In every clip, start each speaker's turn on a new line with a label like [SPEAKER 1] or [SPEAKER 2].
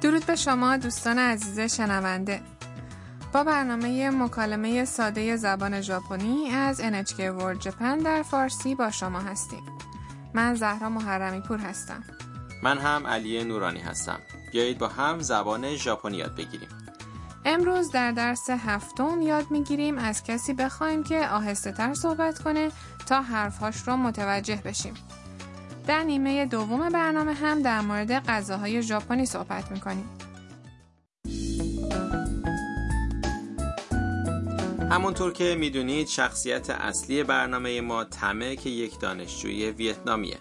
[SPEAKER 1] درود به شما دوستان عزیز شنونده با برنامه مکالمه ساده زبان ژاپنی از NHK World Japan در فارسی با شما هستیم من زهرا محرمی پور هستم
[SPEAKER 2] من هم علی نورانی هستم بیایید با هم زبان ژاپنی یاد بگیریم
[SPEAKER 1] امروز در درس هفتم یاد میگیریم از کسی بخوایم که آهسته تر صحبت کنه تا حرفهاش رو متوجه بشیم در نیمه دوم برنامه هم در مورد غذاهای ژاپنی صحبت میکنیم
[SPEAKER 2] همونطور که میدونید شخصیت اصلی برنامه ما تمه که یک دانشجوی ویتنامیه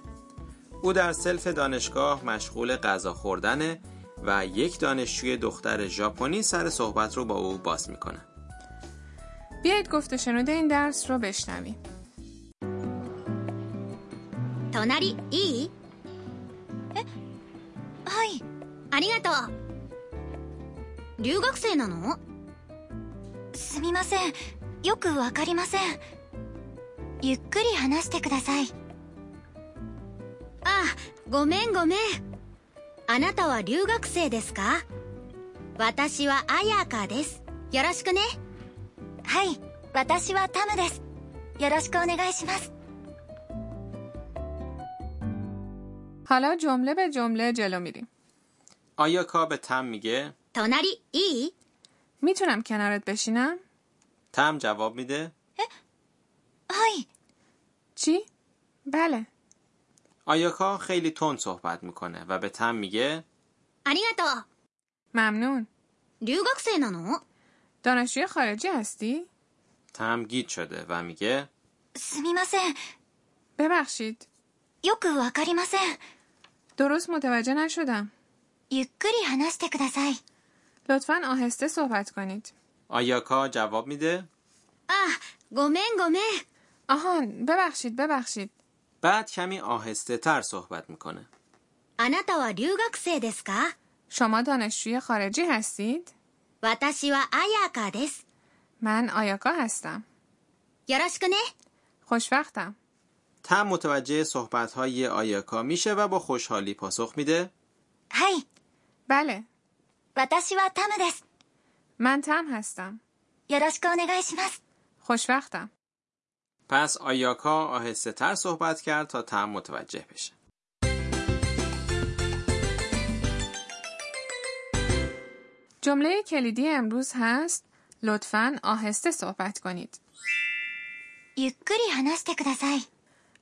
[SPEAKER 2] او در سلف دانشگاه مشغول غذا خوردنه و یک دانشجوی دختر ژاپنی سر صحبت رو با او باز میکنه
[SPEAKER 1] بیایید گفت و شنود این درس رو بشنویم
[SPEAKER 3] 隣いいえはいありがとう留学生なのすみませんよくわかりませんゆっくり話してくださいあごめんごめんあなたは留学生ですか私は綾香ですよろしくねはい私はタムですよろしくお願いします
[SPEAKER 1] حالا جمله به جمله جلو میریم
[SPEAKER 2] آیاکا به تم میگه
[SPEAKER 3] 隣いい
[SPEAKER 1] میتونم کنارت بشینم؟
[SPEAKER 2] تم جواب میده
[SPEAKER 3] はい
[SPEAKER 1] چی؟ بله
[SPEAKER 2] آیاکا خیلی تند صحبت میکنه و به تم میگه
[SPEAKER 3] ありがと
[SPEAKER 1] ممنون
[SPEAKER 3] う留学生なの
[SPEAKER 1] دانشجوی خارجی هستی؟
[SPEAKER 2] تم گیج شده و میگه
[SPEAKER 3] すみません
[SPEAKER 1] ببخشید
[SPEAKER 3] よくわかりません
[SPEAKER 1] درست متوجه نشدم
[SPEAKER 3] ゆっくり話してください
[SPEAKER 1] لطفا آهسته صحبت کنید
[SPEAKER 2] آیاکا جواب میده
[SPEAKER 3] あごめんごめん
[SPEAKER 1] آهان ببخشید ببخشید
[SPEAKER 2] بعد کمی آهسته تر صحبت میکنه
[SPEAKER 3] あなたは留学生ですか
[SPEAKER 1] شما دانشجوی خارجی هستید؟
[SPEAKER 3] 私は綾香です
[SPEAKER 1] من آیاکا هستم
[SPEAKER 3] よろしくね
[SPEAKER 1] خوشوقتم
[SPEAKER 2] تم متوجه صحبت های آیاکا میشه و با خوشحالی پاسخ میده
[SPEAKER 3] はい
[SPEAKER 1] بله
[SPEAKER 3] 私はタムです
[SPEAKER 1] من تم هستم
[SPEAKER 3] よろしくお願いします
[SPEAKER 1] خوشوقتم
[SPEAKER 2] پس آیاکا آهسته تر صحبت کرد تا تم متوجه بشه
[SPEAKER 1] جمله کلیدی امروز هست لطفا آهسته صحبت کنید
[SPEAKER 3] ゆっくり話してください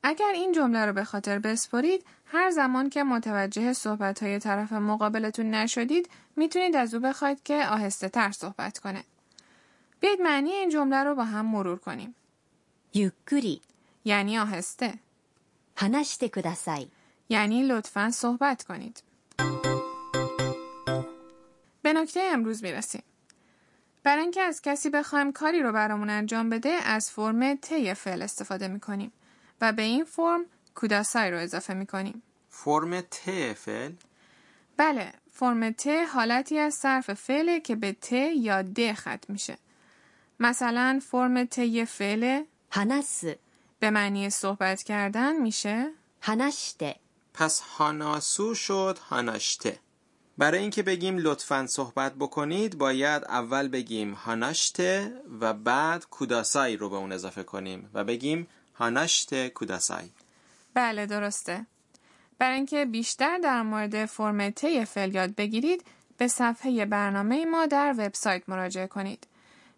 [SPEAKER 1] اگر این جمله رو به خاطر بسپرید هر زمان که متوجه صحبت های طرف مقابلتون نشدید میتونید از او بخواید که آهسته تر صحبت کنه. بیاید معنی این جمله رو با هم مرور کنیم.
[SPEAKER 3] ゆっくり
[SPEAKER 1] یعنی آهسته
[SPEAKER 3] 話してください
[SPEAKER 1] یعنی لطفا صحبت کنید. به نکته امروز میرسیم. برای اینکه از کسی بخوایم کاری رو برامون انجام بده از فرم طی فعل استفاده میکنیم و به این فرم کوداسای رو اضافه میکنیم.
[SPEAKER 2] فرم ت فعل
[SPEAKER 1] بله فرم ت حالتی از صرف فعله که به ت یا د ختم میشه مثلا فرم ت فعل
[SPEAKER 3] 話す
[SPEAKER 1] به معنی صحبت کردن میشه
[SPEAKER 3] 話して
[SPEAKER 2] پس هاناسو شد هاناشته برای اینکه بگیم لطفا صحبت بکنید باید اول بگیم هاناشته و بعد کوداسای رو به اون اضافه کنیم و بگیم هاناشته کوداسای
[SPEAKER 1] بله درسته برای اینکه بیشتر در مورد فرم ت فعل یاد بگیرید به صفحه برنامه ما در وبسایت مراجعه کنید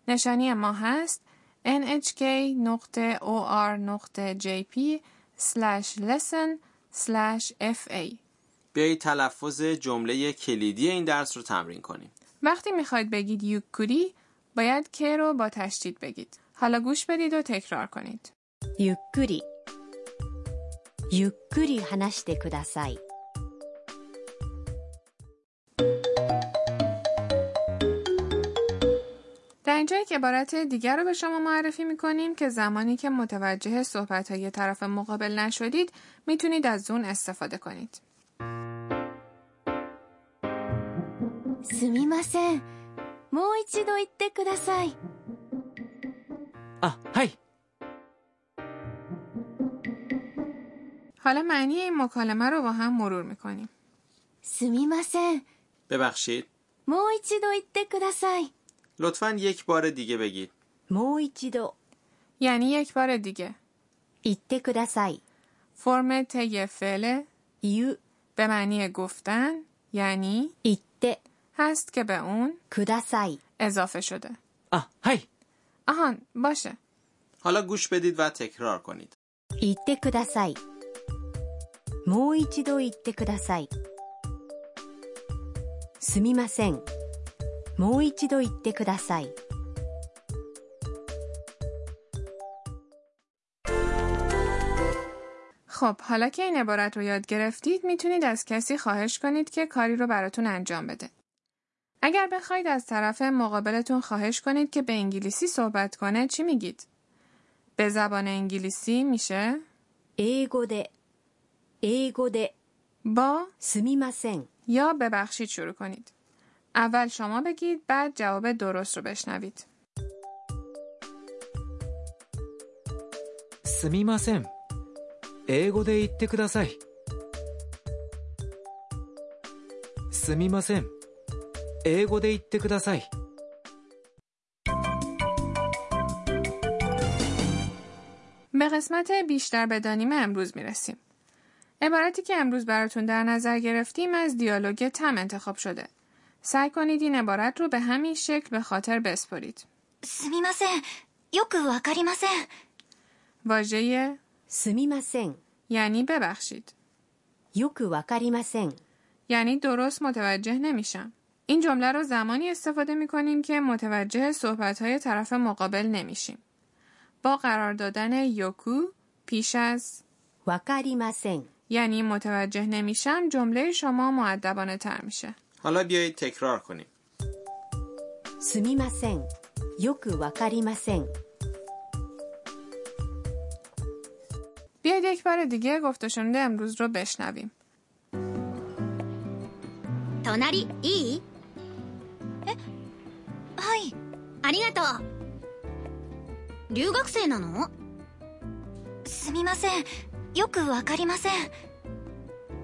[SPEAKER 1] نشانی ما هست nhk.or.jp lesson fa
[SPEAKER 2] بیایید تلفظ جمله کلیدی این درس رو تمرین کنیم
[SPEAKER 1] وقتی میخواید بگید یوکوری باید که رو با تشدید بگید حالا گوش بدید و تکرار کنید
[SPEAKER 3] ゆっくりゆっくり話してください
[SPEAKER 1] در اینجا یک عبارت دیگر رو به شما معرفی میکنیم که زمانی که متوجه صحبت های طرف مقابل نشدید میتونید از اون استفاده کنید
[SPEAKER 3] すみませんもう一度言ってください
[SPEAKER 4] あはい
[SPEAKER 1] حالا معنی این مکالمه رو با هم مرور میکنیم
[SPEAKER 3] すみません
[SPEAKER 2] ببخشید
[SPEAKER 3] もう一度言ってください
[SPEAKER 2] لطفا یک بار دیگه بگید
[SPEAKER 3] もう一度
[SPEAKER 1] یعنی یک بار دیگه
[SPEAKER 3] 言ってください
[SPEAKER 1] فرم طی فعل
[SPEAKER 3] 言う
[SPEAKER 1] به معنی گفتن یعنی
[SPEAKER 3] 言って
[SPEAKER 1] هست که به اون
[SPEAKER 3] ください
[SPEAKER 1] اضافه شده
[SPEAKER 4] あ、はい。
[SPEAKER 1] آهان باشه
[SPEAKER 2] حالا گوش بدید و تکرار کنید
[SPEAKER 3] 言ってくださいもう一度言ってくださいすみませんもう一度言ってください
[SPEAKER 1] خب حالا که این عبارت رو یاد گرفتید میتونید از کسی خواهش کنید که کاری رو براتون انجام بده. اگر بخواید از طرف مقابلتون خواهش کنید که به انگلیسی صحبت کنه چی میگید؟ به زبان انگلیسی میشه
[SPEAKER 3] 英語で英語で
[SPEAKER 1] با
[SPEAKER 3] すみません
[SPEAKER 1] یا ببخشید شروع کنید. اول شما بگید بعد جواب درست رو بشنوید.
[SPEAKER 4] すみません。英語で言ってください。すみません。英語で言ってください。
[SPEAKER 1] به قسمت بیشتر بدانیم امروز میرسیم. عبارتی که امروز براتون در نظر گرفتیم از دیالوگ تم انتخاب شده. سعی کنید این عبارت رو به همین شکل به خاطر بسپرید.
[SPEAKER 5] すみません。よくわかりません。
[SPEAKER 1] واژه
[SPEAKER 3] すみません
[SPEAKER 1] یعنی ببخشید.
[SPEAKER 3] よくわかりません
[SPEAKER 1] یعنی درست متوجه نمیشم. این جمله رو زمانی استفاده می کنیم که متوجه صحبت های طرف مقابل نمیشیم. با قرار دادن یوکو پیش از
[SPEAKER 3] わかりません
[SPEAKER 1] یعنی متوجه نمیشم جمله شما معدبانه تر میشه.
[SPEAKER 2] حالا بیایید تکرار کنیم
[SPEAKER 3] すみませんよくわかりません
[SPEAKER 1] بیاید یک بار دیگه گفت و شنود امروز رو بشنویم.
[SPEAKER 5] 隣、いいえ、はい。ありがとう。留学生なのすみません。よくわかりません。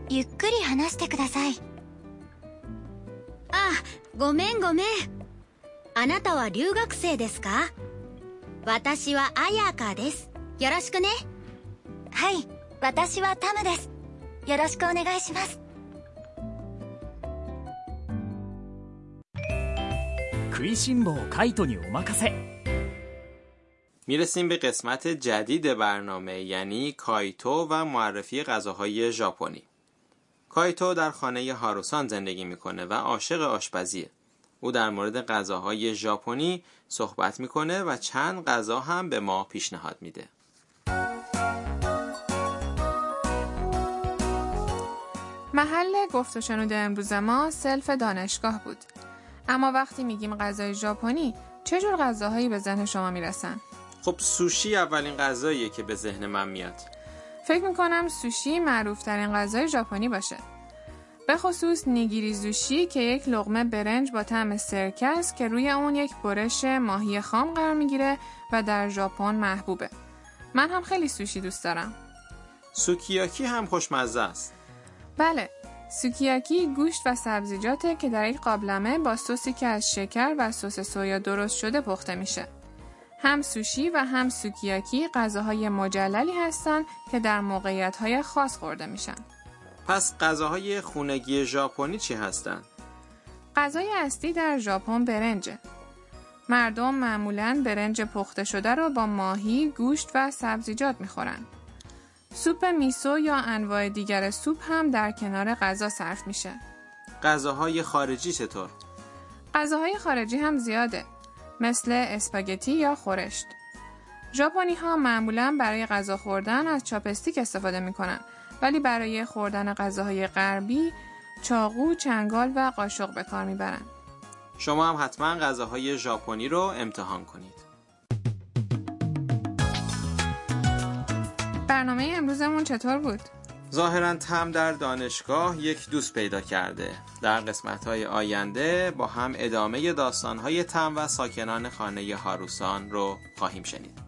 [SPEAKER 5] ゆっくり話してください。
[SPEAKER 3] あ
[SPEAKER 5] ごめんごめん。あなたは留学生ですか私はアヤカです。よろしくね。はい。私はタムです。よろしくお願いします。
[SPEAKER 6] 食いしん坊カイトにお任せ
[SPEAKER 2] میرسیم به قسمت جدید برنامه یعنی کایتو و معرفی غذاهای ژاپنی. کایتو در خانه هاروسان زندگی میکنه و عاشق آشپزیه. او در مورد غذاهای ژاپنی صحبت میکنه و چند غذا هم به ما پیشنهاد میده.
[SPEAKER 1] محل گفت و شنود امروز ما سلف دانشگاه بود اما وقتی میگیم غذای ژاپنی چه جور غذاهایی به ذهن شما میرسن
[SPEAKER 2] خب سوشی اولین غذاییه که به ذهن من میاد.
[SPEAKER 1] فکر میکنم سوشی معروف ترین غذای ژاپنی باشه به خصوص نیگیری زوشی که یک لغمه برنج با طعم سرکه است که روی اون یک برش ماهی خام قرار میگیره و در ژاپن محبوبه من هم خیلی سوشی دوست دارم
[SPEAKER 2] سوکیاکی هم خوشمزه است.
[SPEAKER 1] بله سوکیاکی گوشت و سبزیجاته که در یک قابلمه با سوسی که از شکر و سس سویا درست شده پخته میشه هم سوشی و هم سوکیاکی غذاهای مجللی هستند که در موقعیت‌های خاص خورده میشن
[SPEAKER 2] پس غذاهای خونگی ژاپنی چی هستند؟
[SPEAKER 1] غذای اصلی در ژاپن برنجه مردم معمولا برنج پخته شده را با ماهی، گوشت و سبزیجات میخورن. سوپ میسو یا انواع دیگر سوپ هم در کنار غذا صرف میشه.
[SPEAKER 2] غذاهای خارجی چطور؟
[SPEAKER 1] غذاهای خارجی هم زیاده مثل اسپاگتی یا خورشت ژاپنی ها معمولا برای غذا خوردن از چاپستیک استفاده می ولی برای خوردن غذاهای غربی چاقو، چنگال و قاشق به کار میبرند.
[SPEAKER 2] شما هم حتما غذاهای ژاپنی رو امتحان کنید.
[SPEAKER 1] برنامه امروزمون چطور بود؟
[SPEAKER 2] ظاهرا تم در دانشگاه یک دوست پیدا کرده در قسمت های آینده با هم ادامه داستان های تم و ساکنان خانه هاروسان رو خواهیم شنید